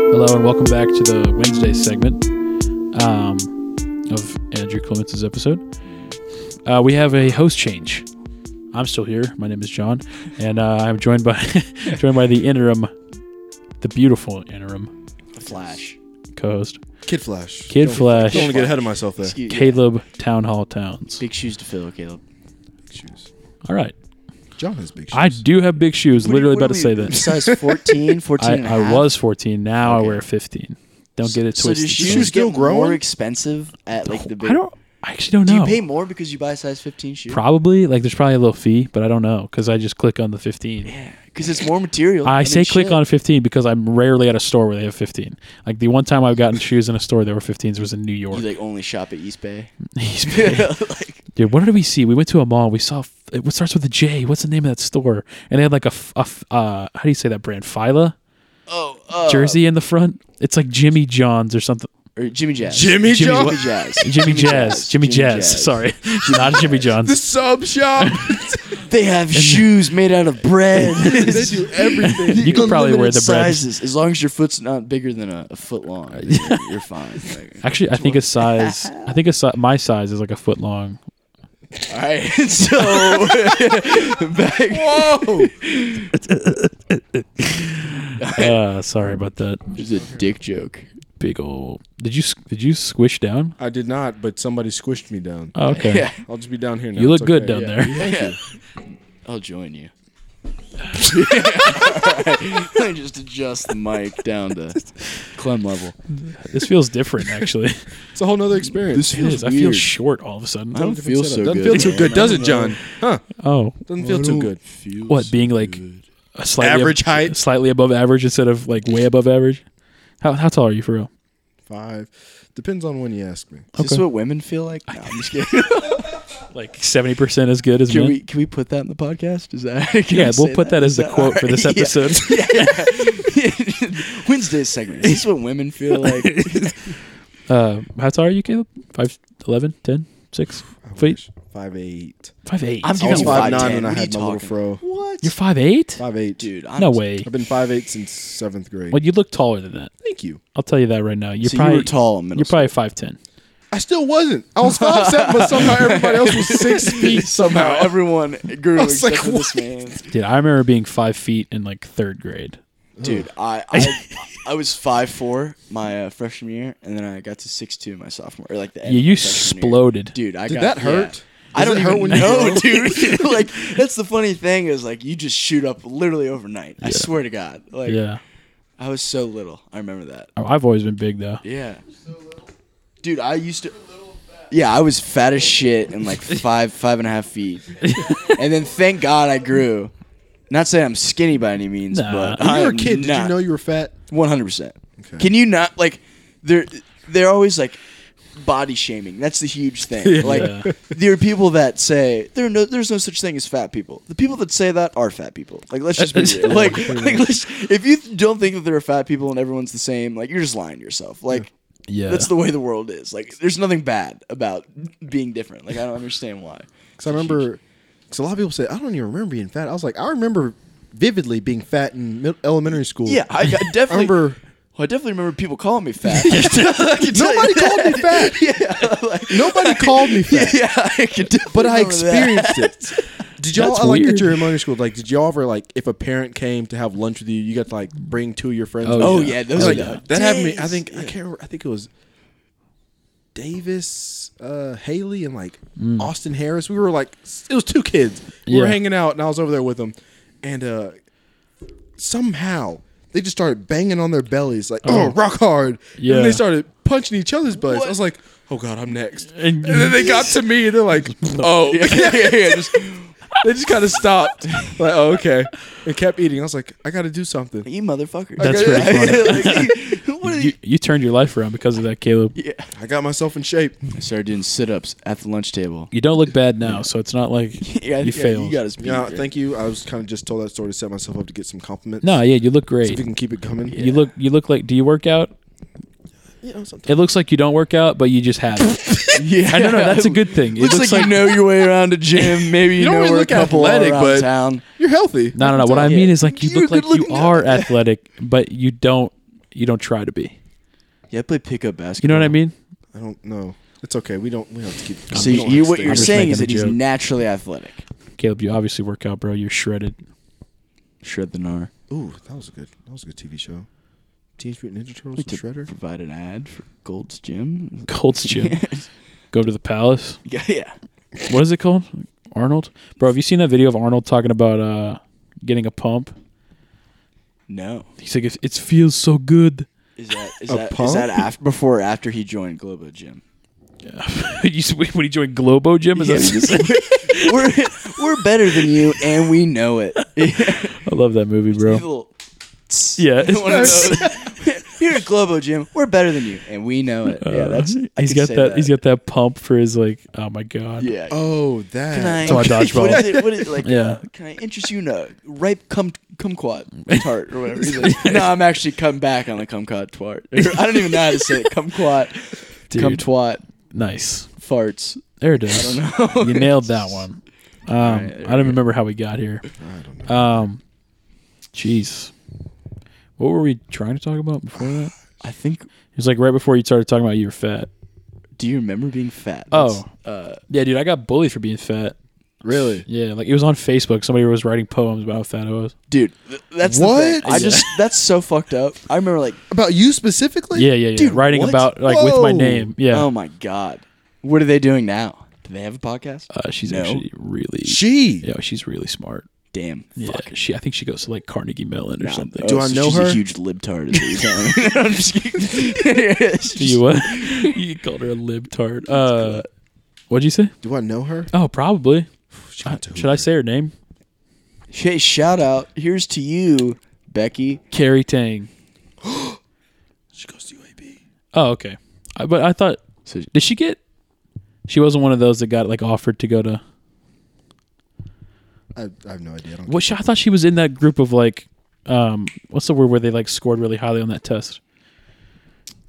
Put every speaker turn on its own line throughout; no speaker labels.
Welcome back to the Wednesday segment um, of Andrew Clements' episode. Uh, we have a host change. I'm still here. My name is John, and uh, I'm joined by joined by the interim, the beautiful interim
Flash.
co-host,
Kid Flash.
Kid
Don't-
Flash,
Don't want to get ahead of myself there.
Excuse
Caleb Town Hall Towns.
Big shoes to fill, Caleb.
Shoes.
All right,
John has big shoes.
I do have big shoes.
What do you-
Literally
what
about
do
to say
we-
that.
Size 14, 14
I,
and a
I
half.
was 14. Now I
Okay.
wear 15. Don't get it
So do
twisted.
shoes
Shoes still
get more
growing?
expensive at like the big?
I don't. I actually don't
do
know.
you pay more because you buy a size 15 shoe?
Probably like there's probably a little fee, but I don't know because I just click on the 15.
yeah, because it's more material.
I
mean,
say click
shit.
on 15 because I'm rarely at a store where they have 15. Like the one time I've gotten shoes in a store that were 15s was in New
You
York.
like only shop at East Bay.
He's big.
like,
Dude, what did we see? We went to a mall. We saw f- it starts with a J. What's the name of that store? And they had like a, f- a f- uh, how do you say that brand? Phyla
oh, uh,
jersey in the front. It's like Jimmy John's or something.
or Jimmy Jazz.
Jimmy,
Jimmy
John.
what?
Jimmy Jazz.
Jimmy Jazz. Jimmy Jazz. Sorry, not Jimmy
The
John's.
sub shop.
They have shoes made out of bread.
they do everything.
You could probably wear
Unlimited
the bread.
sizes as long as your foot's not bigger than a, a foot long. You're, you're fine. Like,
Actually, I think a size. I think a si- my size is like a foot long.
all right, so back.
Whoa.
Uh, sorry about that.
It's a dick joke.
Big ol' Did you did you squish down?
I did not, but somebody squished me down.
Oh, okay.
Yeah,
I'll just be down here now.
You look
It's okay.
good down
Yeah.
there.
yeah. I'll join you. I just adjust the mic down to Clem level.
This feels different, actually.
It's a whole nother experience.
it is. I feel short all of a sudden.
I don't feel so
doesn't
good.
feel too
man.
good, does it, John? Huh?
Oh,
Doesn't feel too good.
what being like a slightly
Average height?
slightly above average instead of like way above average. How how tall are you for real?
Five. Depends on when you ask me.
Is this
Okay.
what women feel like? No, I'm just kidding.
Like seventy percent as good as
Can
me.
we can we put that in the podcast? Is that can
yeah,
I
we'll
say
put that, as
Is
the quote for this
all right?
episode.
Yeah. Wednesday's segment. Is this what women feel like?
Uh, how tall are you, Caleb? Five, eleven, ten, six,
I
Feet?
wish. Five eight.
five, eight.
I'm
I
giving
was
you
five nine
5'10".
when I
What are
had
you
my little
talking
fro.
what?
You're five eight?
Five eight.
Dude, I'm
No way.
I've been five eight since seventh grade.
Well, you look taller than that.
Thank you.
I'll tell you that right now. You're
So
probably
you were tall in middle
You're probably five ten.
I still wasn't. I was five seven, but somehow everybody else was six feet.
somehow
Somehow,
everyone grew
I was
except
like,
for this
"What?"
man.
Dude, I remember being five feet in like third grade.
Dude, I I, I was five four my uh, freshman year, and then I got to six two my sophomore. Or like the end
Yeah, you
of my freshman year.
exploded.
Dude, I
Did
got
that
yeah.
hurt?
I
Does
don't
it
hurt
hurt
even
when you
know,
grow?
dude. like that's the funny thing is like you just shoot up literally overnight. I swear to God, like
yeah.
I was so little. I remember that.
Oh, I've always been big though.
Yeah, dude, I used to. Yeah, I was fat as shit and like five five and a half feet, and then thank God I grew. Not saying I'm skinny by any means,
Nah.
but
when you were
I'm
a kid, did you
not.
know you were fat?
One hundred percent.
Okay.
Can you not like? They're they're always like body shaming. That's the huge thing.
Yeah.
Like there are people that say there are no there's no such thing as fat people. The people that say that are fat people. Like let's just be real. like like let's, if you don't think that there are fat people and everyone's the same, like you're just lying to yourself. Like
Yeah.
that's the way the world is. Like there's nothing bad about being different. Like I don't understand why.
Because I remember, because a lot of people say I don't even remember being fat. I was like, I remember vividly being fat in mid- elementary school.
Yeah, I, I
I
definitely.
remember.
well, I definitely remember people calling me fat. I can tell you
Nobody
that.
called me fat.
Yeah, like-
Nobody called me fat.
yeah, I could definitely
But I
remember that.
experienced it. Did y'all
That's
I like
weird.
at your elementary school? Like, did y'all ever like if a parent came to have lunch with you, you got to like bring two of your friends?
Oh,
with
Oh
you?
Yeah.
yeah, those
Oh,
are
Like,
yeah.
the
that happened. to me.
days.
I think I can't. Remember, I think it was Davis, uh, Haley, and like Austin Harris. We were like it was two kids. We were
Yeah.
hanging out, and I was over there with them, and uh, somehow they just started banging on their bellies like oh, rock hard. Yeah,
Yeah.
and they started punching each other's bellies.
What?
I was like. Oh God, I'm next.
And-
And, then they got to me, and they're like, "Oh,
yeah, yeah, yeah, just-
they just kind of stopped. Like, oh, okay, and kept eating. I was like, I got to do something.
you motherfucker.
That's
pretty funny. what are
you,
you?
you turned your life around because of that, Caleb.
Yeah.
I got myself in shape.
I started doing sit-ups at the lunch table.
You don't look bad now, so it's not like
Yeah,
you failed.
You got us beat.
Yeah,
Rick.
thank you. I was kind of just told that story to set myself up to get some compliments.
no, yeah, you look
if
great.
you can keep it coming.
You look you look like. Do you work out?
you know, sometimes.
It looks like you don't work out, but you just have. It.
Yeah,
I don't know. That's a good thing. It
Looks, like, you know your way around a gym. Maybe you,
don't
know
really
where a
look
couple are
athletic,
around
but-
town.
You're healthy.
No, no, no. What I
Yeah.
mean is like you
You're
look like you
good-looking guy.
are athletic, but you don't you don't try to be.
Yeah, I play pickup
You
basketball.
know what I mean?
I don't know. It's okay. We don't. We don't have to keep.
So
we
you,
don't have to
what
stay
you're
here.
just
saying
making
is
a
that he's
joke.
naturally athletic.
Caleb, you obviously work out, bro. You're shredded.
Shred the gnar.
Ooh, that was a good. That was a good TV show. Teenage Mutant Ninja Turtles,
Like
the
to
Shredder.
provide an ad for Gold's Gym.
Colts gym. Go to the palace.
yeah, yeah.
What is it called? Arnold? Bro, have you seen that video of Arnold talking about uh, getting a pump?
No.
He's like, it, it feels so good.
Is that is
A
that is
pump?
that after before or after he joined Globo Gym?
you, s- when he joined Globo Gym? Is that what you said?
we're we're better than you, and we know it.
I love that movie, bro.
Little tss.
Yeah.
One of those. Here at Globo Gym, we're better than you, and we know it. Yeah, that's
Uh,
I
he's
can
got
say
that, He's got that pump for his like. Oh my god.
yeah.
Oh, that.
Can I,
That's why dodgeball.
What is it? What is it like?
Yeah.
uh, can I interest you in a ripe cum kumquat tart or whatever? He's like, no, I'm actually cutting back on the kumquat twat. I don't even know how to say it. Kumquat,
Dude.
cum twat,
Nice.
farts.
There it is.
I don't know.
you nailed that one. Um,
Alright,
I don't remember how we got here.
I don't know.
Um, jeez, what were we trying to talk about before that? It
I think.
was like right before you started talking about you were fat.
Do you remember being fat?
Oh.
That's, uh,
Yeah, dude, I got bullied for being fat.
Really?
Yeah, like it was on Facebook. Somebody was writing poems about how fat I was.
dude, th- that's
What?
The thing. I
Yeah.
just that's so fucked up. I remember like,
About you specifically?
Yeah, yeah, yeah.
Dude,
writing
what?
about like with my
Whoa.
name. Yeah.
oh my god, what are they doing now? Do they have a podcast?
uh, she's
No.
actually really.
She.
yeah, she's really smart.
Damn.
Yeah,
Fuck.
she. I think she goes to like Carnegie Mellon or
Nah,
something.
oh,
Do I
so
know
she's A
her?
huge libtard. Is what you're telling me. I'm just kidding. It's
Do
just-
you what? you called her a libtard. Uh, what'd you say?
Do I know her?
Oh, probably.
She
Uh,
went to
should I say her name?
Hey, shout out. Here's to you, Becky.
Carrie Tang.
She goes to UAB.
Oh, okay. I, but I thought
So
did she get? She wasn't one of those that got like offered to go to.
I, I have no idea. I don't
What she, I thought she was in that group of like, um, what's the word where they like scored really highly on that test?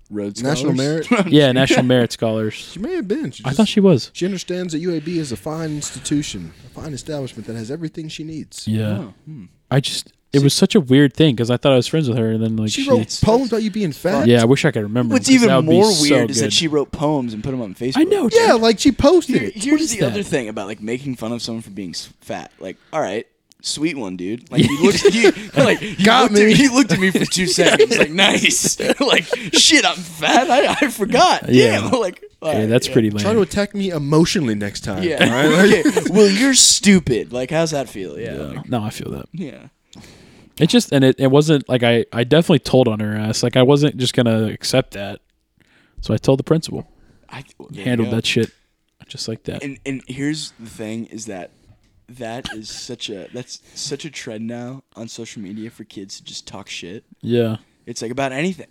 Rhodes
National
Scholars?
merit.
Yeah, National Merit Scholars.
She may have been. She
I
just-
thought she was.
She understands that UAB is a fine institution, a fine establishment that has everything she needs.
Yeah.
Oh, hmm.
I just it was such a weird thing because I thought I was friends with her and then like
She
she-
wrote
It's-
poems about you being fat.
Yeah, I wish I could remember.
What's
'cause
even
that would be
more
so
weird is that
good.
she wrote poems and put them on Facebook.
I know.
Yeah,
dude.
like she posted
Here-
it.
here's
is
the
that?
other thing about like making fun of someone for being s- fat. Like, all right, sweet one, dude. Like he looked, he, like he
Got
looked At,
me.
he looked at me for two seconds. Like, nice. like, shit, I'm fat. I, I forgot.
Yeah.
Damn. Like, all
Yeah,
right,
that's pretty lame.
Try to attack me emotionally next time.
Yeah.
all right? Like-
Okay, Well, you're stupid. Like, how's that feel? Yeah.
Yeah.
like,
No, I feel that.
yeah.
It just and it, it wasn't like I I definitely told on her ass. Like I wasn't just gonna accept that. So I told the principal.
I well, there you
Handled
go.
that shit just like that.
And and here's the thing is that that is such a that's such a trend now on social media for kids to just talk shit.
yeah.
It's like about anything.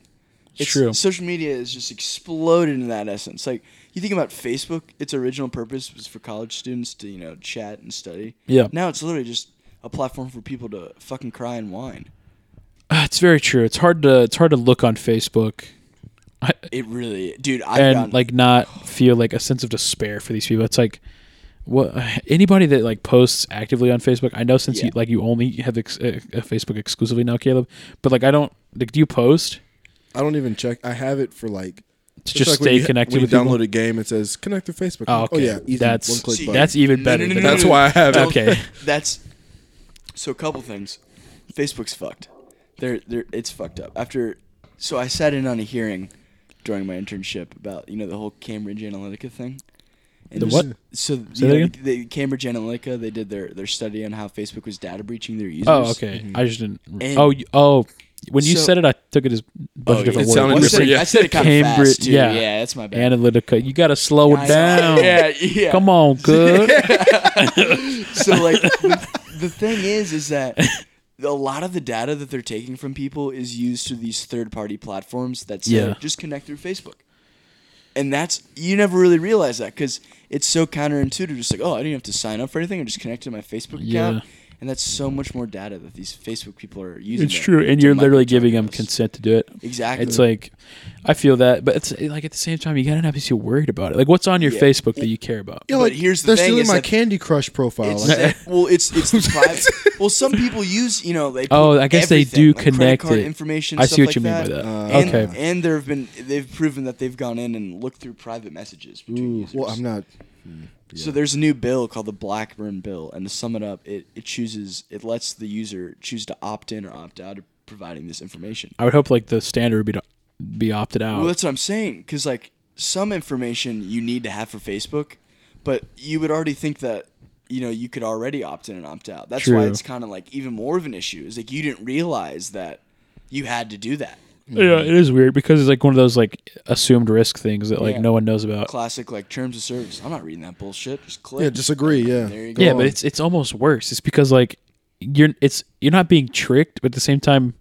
It's
true.
Social media is just exploded in that essence. Like you think about Facebook, its original purpose was for college students to you know chat and study.
Yeah.
Now it's literally just a platform for people to fucking cry and whine.
Ah, It's very true. It's hard to it's hard to look on Facebook I,
It really, dude. I've
and
gotten-
like not feel like a sense of despair for these people. It's like what anybody that like posts actively on Facebook. I know since
Yeah.
you like you only have ex- uh, uh, Facebook exclusively now, Caleb. But like I don't like. Do you post?
I don't even check. I have it for like
To
it's
just
like when
stay
you-
connected
When you
with people?
download a game, it says connect to Facebook.
Oh, okay.
yeah, easy.
that's
one click
See,
button.
that's even better.
No, no,
than that.
no, no,
That's
no.
why I have it.
Don't-
Okay.
That's so. A couple things. Facebook's fucked. They're they're it's fucked up. After so I sat in on a hearing during my internship about you know the whole Cambridge Analytica thing. And
The
this-
what?
So you
Say that
know,
again?
the, the Cambridge Analytica they did their their study on how Facebook was data breaching their users.
Oh, okay. I just didn't.
And-
oh, you, oh. When you
So-
said it, I took it as a bunch
Oh,
of
yeah.
different
It sounded
I
words.
said it,
different,
I said it kind of
Cambridge-
fast too.
yeah.
Yeah. that's my bad.
Analytica. You got to slow it
I-
down.
Yeah, yeah.
Come on, good.
so like the, the thing is is that a lot of the data that they're taking from people is used through these third party platforms that say
Yeah.
just connect through facebook and that's you never really realize that because it's so counterintuitive just like oh i didn't have to sign up for anything i just connected to my facebook account
Yeah.
and that's so much more data that these Facebook people are using.
It's
to-
true, and
to
you're literally
microtarget
giving them
us.
consent to do it.
Exactly.
It's like, I feel that, but it's eh, like at the same time, you gotta not be so worried about it. Like, what's on your
Yeah.
Facebook that you care about?
Yeah,
But
like
here's the
they're
thing
stealing
is
my
that-
Candy Crush profile.
It's
Like,
that- well, it's it's the private. well, some people use you know they.
Oh,
put
I guess they
everything,
do
like credit
connect
card
it.
Information.
I see
stuff
what
like
you mean by that.
And,
okay.
And there have been they've proven that they've gone in and looked through private messages between
ooh,
users.
well, I'm not.
So there's a new bill called the Blackburn Bill, and to sum it up, it, it chooses it lets the user choose to opt in or opt out of providing this information.
I would hope like the standard would be to be opted out.
Well, that's what I'm saying, because like some information you need to have for Facebook, but you would already think that you know you could already opt in and opt out. That's why
True.
it's kind of like even more of an issue. Is like you didn't realize that you had to do that.
yeah, it is weird because it's like one of those like assumed risk things that like
Yeah.
no one knows about.
Classic like terms of service. I'm not reading that bullshit. Just click.
Yeah, disagree. Yeah,
There you
Go
yeah,
on.
but it's it's almost worse. It's because like you're it's you're not being tricked, but at the same time,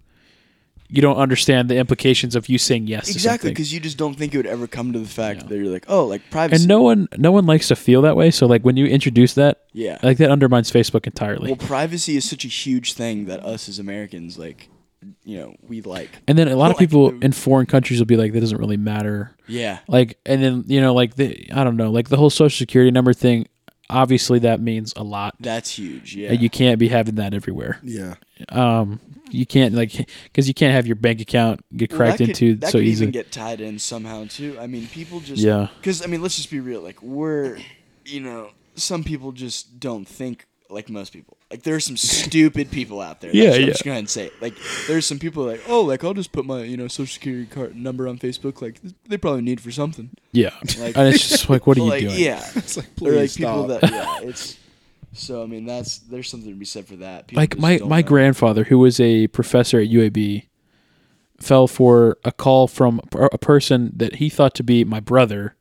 you don't understand the implications of you saying yes.
exactly
to something.
because you just don't think it would ever come to the fact that you're like, oh, like privacy.
and no one no one likes to feel that way. So like when you introduce that,
Yeah.
like that undermines Facebook entirely.
Well, privacy is such a huge thing that us as Americans, like, you know, we like.
and then a lot of
Well, like,
people
the-
in foreign countries will be like, that doesn't really matter.
Yeah.
Like, and then you know, like the I don't know, like the whole social security number thing. Obviously, that means a lot.
That's huge. Yeah.
And you can't be having that everywhere.
yeah.
Um, you can't like because you can't have your bank account get
Well,
cracked
that could-
into
that
so
could
easily.
even get tied in somehow too. I mean, people just
Yeah.
Because I mean, let's just be real. Like we're, you know, some people just don't think like most people. Like there are some stupid people out there. That's
Yeah,
what I'm
yeah.
just gonna say it. Like there's some people like, oh, like I'll just put my you know social security card number on Facebook. Like they probably need for something.
yeah,
Like-
and it's just like, what are you
like,
doing?
Yeah.
It's like
Or
please
like people
stop.
that yeah, it's so I mean that's there's something to be said for that. People
Like
just
my
don't
my
know.
grandfather, who was a professor at UAB, fell for a call from a per- a person that he thought to be my brother,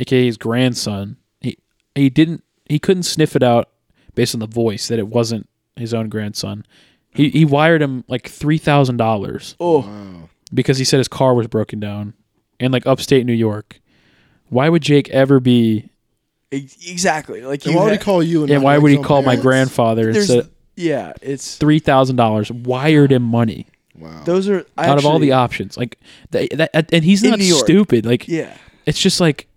aka his grandson. He he didn't he couldn't sniff it out based on the voice that it wasn't his own grandson. He he wired him like three thousand dollars.
Oh,
Wow.
because he said his car was broken down in like upstate New York. Why would Jake ever be?
ex- exactly. Like
And
you
why would he
ha-
call you? And
And
not
why
his
would he
own
call my
parents?
grandfather
there's
instead
yeah, it's
three thousand dollars wired him money
Wow.
those are I
out of all
actually-
the options? Like that, that and he's
In
not
New York.
stupid. Like
yeah
it's just like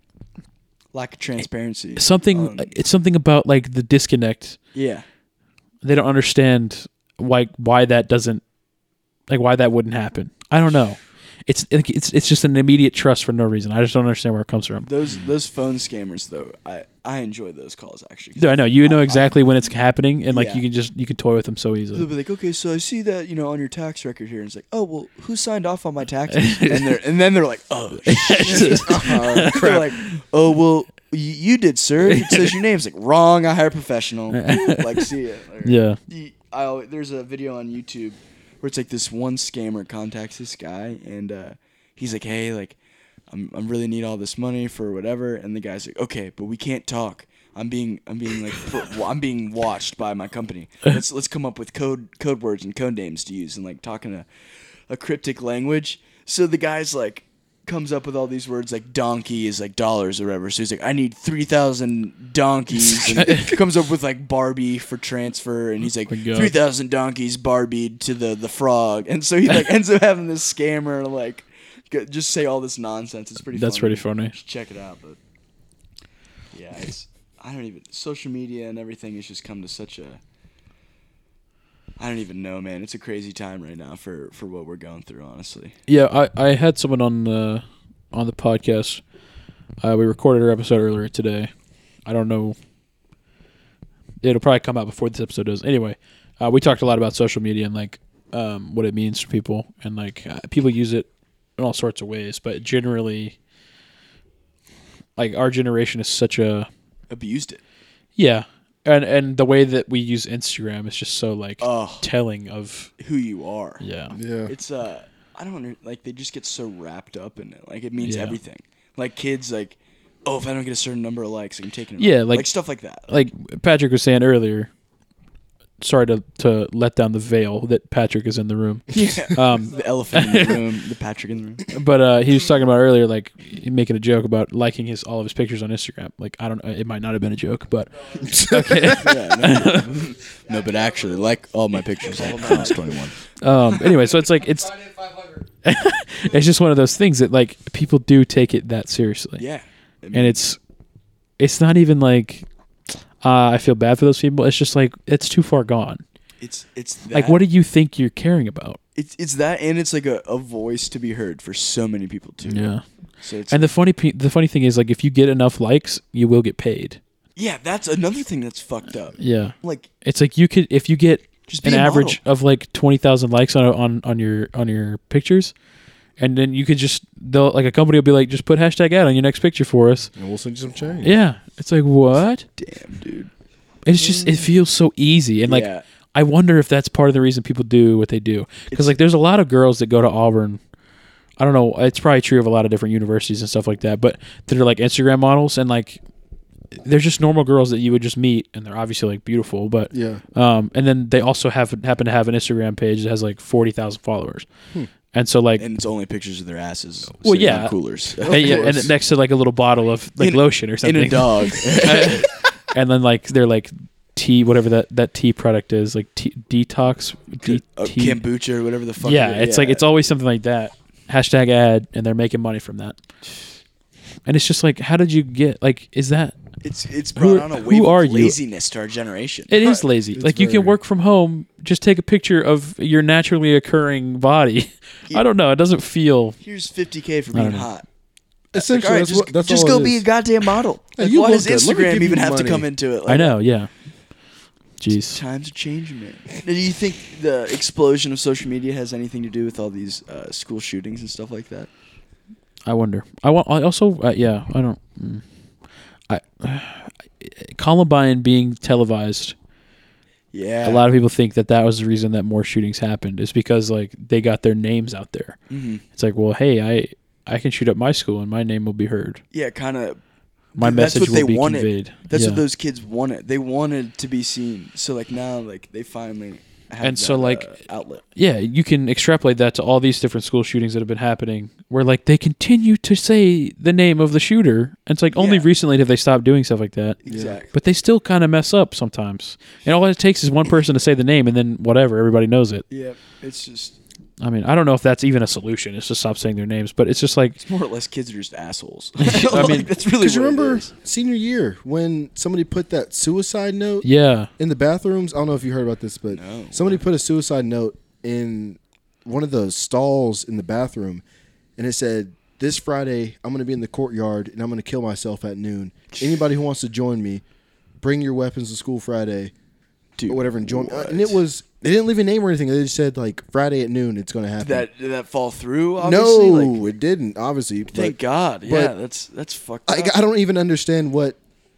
lack of transparency.
something.
Um,
it's something about like the disconnect.
yeah,
They don't understand why why that doesn't like why that wouldn't happen. I don't know. It's it's it's just an immediate trust for no reason. I just don't understand where it comes from.
those those phone scammers though. I I enjoy those calls actually. 'cause
No, I know. You know exactly when it's happening, and like
Yeah.
you can just you can toy with them so
They'll
easily.
be like, okay, so I see that you know on your tax record here, and it's like, oh well, who signed off on my taxes? and they're and then they're like, oh, shit. Uh, they're like, oh well, y- you did, sir. It says your name's like wrong. I hire a professional. like, see it. Or-
Yeah.
You- I always, there's a video on YouTube where it's like this one scammer contacts this guy and uh, he's like, hey, like, I'm I'm really need all this money for whatever, and the guy's like, okay, but we can't talk. I'm being I'm being like for, well, I'm being watched by my company. Let's let's come up with code code words and code names to use and like talking a a cryptic language. So the guy's like comes up with all these words like donkey is like dollars or whatever. So he's like, I need three thousand donkeys. And comes up with like Barbie for transfer, and he's like,
Oh my God.
three thousand donkeys Barbied to the the frog. And so he like ends up having this scammer like go, just say all this nonsense. It's pretty.
That's
funny.
pretty funny.
Just check it out, but yeah, it's I don't even social media and everything has just come to such a. I don't even know, man. It's a crazy time right now for for what we're going through, honestly.
Yeah, I, I had someone on the on the podcast. Uh, we recorded our episode earlier today. I don't know. It'll probably come out before this episode does. Anyway, uh, we talked a lot about social media and like um, what it means to people, and like uh, people use it in all sorts of ways. But generally, like our generation is such a
Abused it.
yeah, and and the way that we use Instagram is just so like
Oh.
telling of
Who you are.
yeah.
Yeah.
It's uh I don't under, like they just get so wrapped up in it. Like it means
Yeah.
everything. Like kids like oh if I don't get a certain number of likes I'm taking it.
Yeah,
off.
like-
stuff like that.
like Patrick was saying earlier, sorry to to let down the veil that Patrick is in the room. Um,
the elephant in the room, the Patrick in the room.
but uh, he was talking about earlier, like making a joke about liking his all of his pictures on Instagram. Like I don't, uh, it might not have been a joke, but okay.
Yeah, no, no, but actually, like all my pictures, I was 21.
Um, anyway, so it's like it's it's just one of those things that like people do take it that seriously,
Yeah. I mean,
and it's it's not even like uh, I feel bad for those people. It's just like it's too far gone.
it's it's that,
Like, what do you think you're caring about?
it's it's that, and it's like a, a voice to be heard for so many people too.
Yeah.
So it's
And the funny pe- the funny thing is like if you get enough likes, you will get paid.
yeah, that's another thing that's fucked up.
Yeah.
Like
It's like you could if you get
Just be
an
a
average of like twenty thousand likes on on on your on your pictures, and then you could just they'll like a company will be like just put hashtag ad on your next picture for us.
and we'll send you some change.
Yeah, it's like what?
damn, dude.
It's just it feels so easy and like
Mm. Yeah.
I wonder if that's part of the reason people do what they do because like there's a lot of girls that go to Auburn. I don't know. It's probably true of a lot of different universities and stuff like that, but they're like Instagram models and like they're just normal girls that you would just meet and they're obviously like beautiful, but
Yeah.
um, and then they also have happen to have an Instagram page that has like forty thousand followers, and so like
Hmm. And it's only pictures of their asses.
Well,
sitting on
yeah.
coolers
and, yeah, and
course.
next to like a little bottle of like
In-
lotion or
and
something,
a dog.
and then like they're like tea whatever that that tea product is like tea, detox D-
a
tea-
uh, kombucha or whatever the Oh, fuck.
yeah
it-
it's like it's always something like that hashtag ad and they're making money from that and it's just like how did you get like is that
it's it's
Who-
brought on a
who
wave
are
of
you?
laziness to our generation.
it is lazy
It's
like you can
very-
work from home just take a picture of your naturally occurring body i don't know it doesn't feel
Here's 50k for being
know.
hot. Like, all
Essentially,
right,
that's
just,
what, that's
just
all
go
it
be a
is.
goddamn model.
Hey,
Like,
you
why
look
does
good. Let me
Instagram
give you
even have
money.
to come into it? Like,
i know yeah jeez
Times are changing, man. Now, Do you think the explosion of social media has anything to do with all these uh, school shootings and stuff like that?
i wonder i want i also uh, yeah i don't mm. i columbine being televised
Yeah.
a lot of people think that that was the reason that more shootings happened is because like they got their names out there
Mhm.
it's like well hey i i can shoot up my school and my name will be heard
Yeah, kind of.
my
That's
message
what they
will be
wanted.
conveyed
That's
Yeah.
what those kids wanted. They wanted to be seen. So like now, like they finally have
And so,
that,
like,
uh, outlet.
yeah you can extrapolate that to all these different school shootings that have been happening where like they continue to say the name of the shooter and it's like only
Yeah.
recently have they stopped doing stuff like that
Exactly.
but they still kind of mess up sometimes and all it takes is one person to say the name and then whatever everybody knows it
Yeah, it's just
i mean i don't know if that's even a solution it's just stop saying their names but it's just like
more or less kids are just assholes.
I mean,
Like, that's really what
Because you
it
remember
is.
senior year when somebody put that suicide note
yeah
in the bathrooms? I don't know if you heard about this, but
No.
somebody put a suicide note in one of the stalls in the bathroom, and it said, "This Friday, I'm going to be in the courtyard and I'm going to kill myself at noon. Anybody who wants to join me, bring your weapons to school Friday,
Dude,
or whatever, and join."
what?
And it was they didn't leave a name or anything. They just said like Friday at noon, it's going to happen.
Did that did that fall through.
no,
Obviously? like,
it didn't. Obviously, but
thank God. Yeah, that's that's fucked
I,
up.
I don't even understand what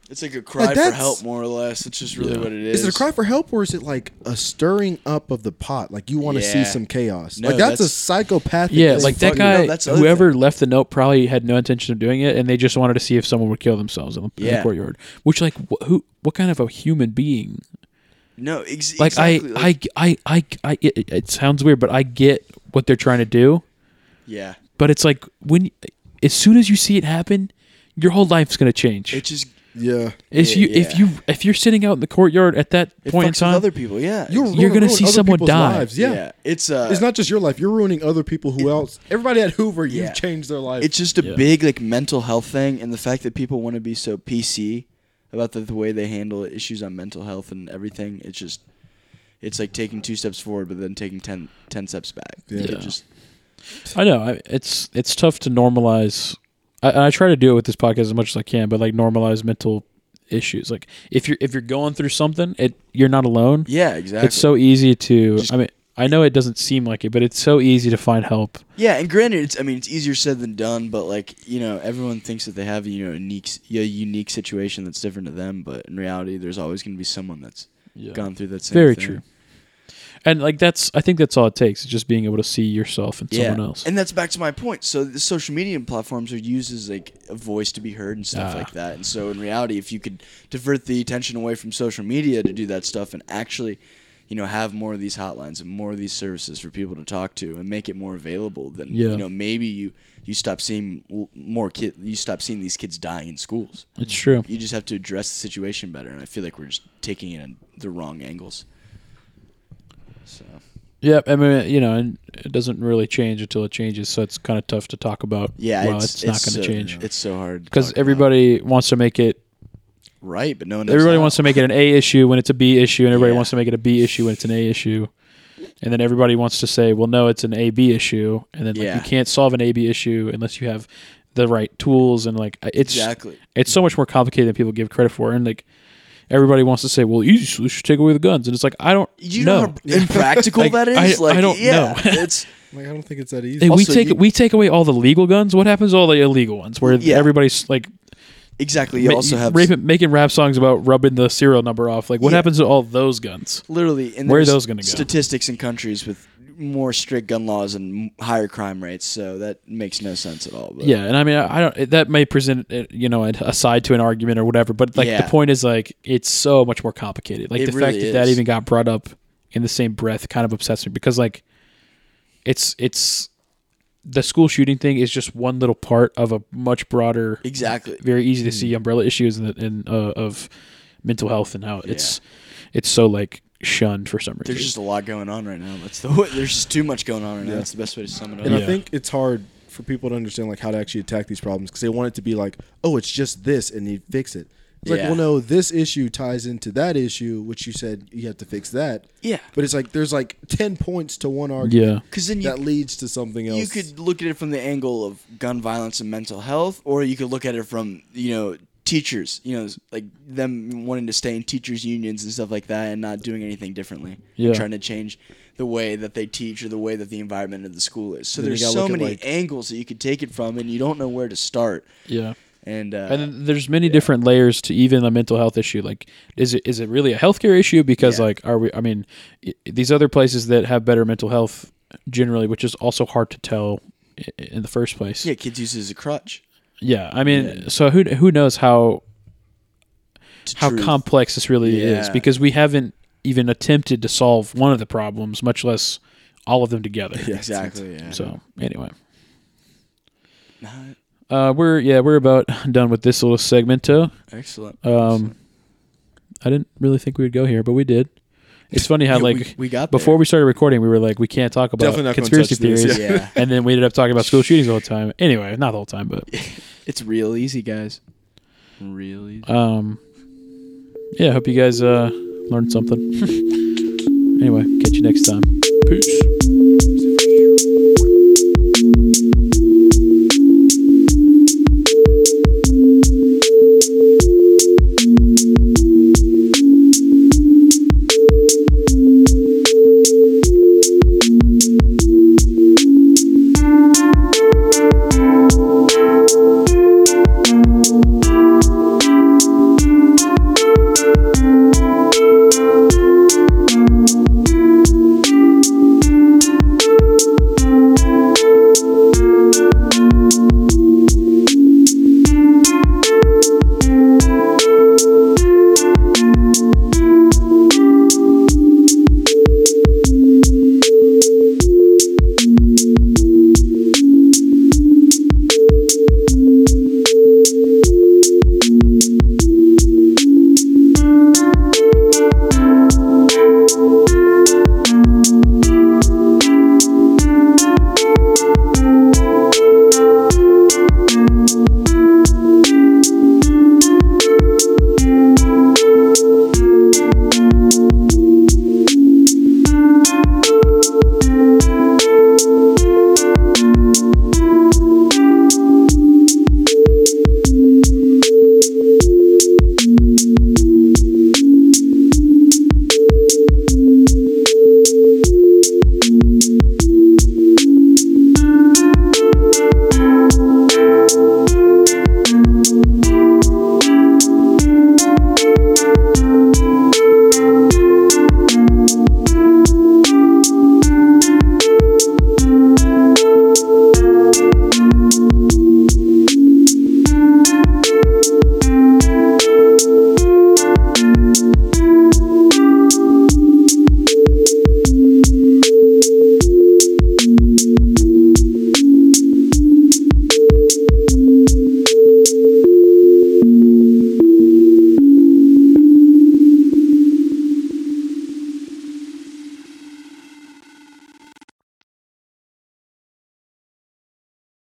it's like a cry for
that's-
help, more or less. It's just really what it is.
Is it a cry for help or is it like a stirring up of the pot? Like you want to see
Yeah.
some chaos?
No,
like that's, a
that's-
psychopathic.
Yeah,
as
like
fuck.
that
fucking-
guy,
No, that's the other
whoever left the note probably had no intention of doing it, and they just wanted to see if someone would kill themselves in the, in the
Yeah.
courtyard. Which, like, wh- who? What kind of a human being?
No, ex-
Like,
exactly.
I, I, I, I, I it, it sounds weird, but I get what they're trying to do.
yeah.
But it's like when, as soon as you see it happen, your whole life's gonna change.
It just
Yeah,
if
yeah,
you, if
yeah.
you, if you're sitting out in the courtyard at that
it
point in
fucks
time,
with other people. Yeah,
You're gonna
ruining
see
other
someone
people's
die.
lives, Yeah.
It's uh,
it's not just your life. You're ruining other people who else. Everybody at Hoover, you
Yeah.
have changed their life.
it's just a
Yeah.
big like mental health thing, and the fact that people want to be so PC about the, the way they handle issues on mental health and everything. It's just, it's like taking two steps forward, but then taking 10, 10 steps back.
Yeah.
It
Yeah.
just
I know I, it's it's tough to normalize. I, and I try to do it with this podcast as much as I can, but like normalize mental issues. Like if you're if you're going through something, it you're not alone.
yeah, exactly.
It's so easy to.
Just-
I mean, I know it doesn't seem like it, but it's so easy to find help.
Yeah, and granted, it's I mean it's easier said than done, but like you know, everyone thinks that they have you know a unique s- a unique situation that's different to them, but in reality, there's always going to be someone that's gone through that same.
Very
thing.
true. And like that's, I think that's all it takes is just being able to see yourself in someone else.
And that's back to my point. So the social media platforms are used as like a voice to be heard and stuff
Ah.
like that. And so in reality, if you could divert the attention away from social media to do that stuff and actually you know, have more of these hotlines and more of these services for people to talk to and make it more available. Then
Yeah.
you know, maybe you you stop seeing w- more kid, you stop seeing these kids dying in schools.
It's true.
You just have to address the situation better, and I feel like we're just taking it in the wrong angles. So
Yeah, I mean, you know, and it doesn't really change until it changes, so it's kind of tough to talk about.
yeah,
while
it's,
it's, not going
so-
to change
It's so hard to
because
talk about.
everybody wants to make it.
right, but no one knows
Everybody
how.
wants to make it an A issue when it's a B issue, and everybody
Yeah.
wants to make it a B issue when it's an A issue, and then everybody wants to say, "Well, no, it's an A B issue," and then like,
Yeah.
you can't solve an A B issue unless you have the right tools and like it's
exactly.
it's so much more complicated than people give credit for, and like everybody wants to say, "Well, easy solution, take away the guns," and it's like I don't
You
know.
know how impractical
Like,
that is.
I-
like
I don't know.
yeah, it's
Like I don't think it's that easy.
Hey, we
Also,
take
you-
we take away all the legal guns. What happens to all the illegal ones? Where
Yeah.
everybody's like
exactly. You
ma-
also have
raping- making rap songs about rubbing the serial number off. Like, what
Yeah.
happens to all those guns?
literally and
Where are
there's
those gonna go?
statistics in countries with more strict gun laws and m- higher crime rates so that makes no sense at all but
Yeah, and I mean, I I don't. it- That may present, uh, you know, a side to an argument or whatever. But like,
Yeah.
the point is, like, it's so much more complicated. Like,
It
the fact
really
that that
is.
even got brought up in the same breath kind of upsets me because, like, it's it's the school shooting thing is just one little part of a much broader,
exactly
very easy to
Mm.
see umbrella issues in, the, in uh, of mental health and how it's it's so like shunned for some reason.
there's just a lot going on right now that's the way there's just too much going on right now that's the best way to sum it up
And
Yeah.
I think it's hard for people to understand like how to actually attack these problems because they want it to be like, oh, it's just this and you fix it. It's like,
Yeah.
well, no, this issue ties into that issue, which you said you have to fix that.
Yeah.
But it's like there's like ten points to one
yeah,
argument
because then you
that leads to something else.
you could look at it from the angle of gun violence and mental health, or you could look at it from you know teachers, you know, like them wanting to stay in teachers' unions and stuff like that, and not doing anything differently,
Yeah.
trying to change the way that they teach or the way that the environment of the school is. So
Then you
there's
gotta
so
look at,
many
like-
angles that you could take it from, and you don't know where to start.
yeah.
And, uh,
And then there's many different layers to even a mental health issue. Like, is it is it really a healthcare issue? Because
Yeah.
like, are we? I mean, i- these other places that have better mental health generally, which is also hard to tell i- i- in the first place.
yeah, kids use it as a crutch.
Yeah, I mean, so who who knows how
to
how
truth.
complex this really is
Yeah.
because we haven't even attempted to solve one of the problems, much less all of them together.
exactly. Yeah.
So anyway,
Nah,
uh, we're yeah we're about done with this little segmento.
excellent.
Um, I didn't really think we would go here, but we did. It's funny how
Yeah,
like
we, we got
before
there.
we started recording, we were like we can't talk about
Definitely not gonna
conspiracy
touch this,
theories,
yeah. Yeah.
and then we ended up talking about school shootings the whole time. Anyway, not the whole time, but
It's real easy, guys. Real easy.
um, yeah. Hope you guys uh learned something. anyway, catch you next time. Peace.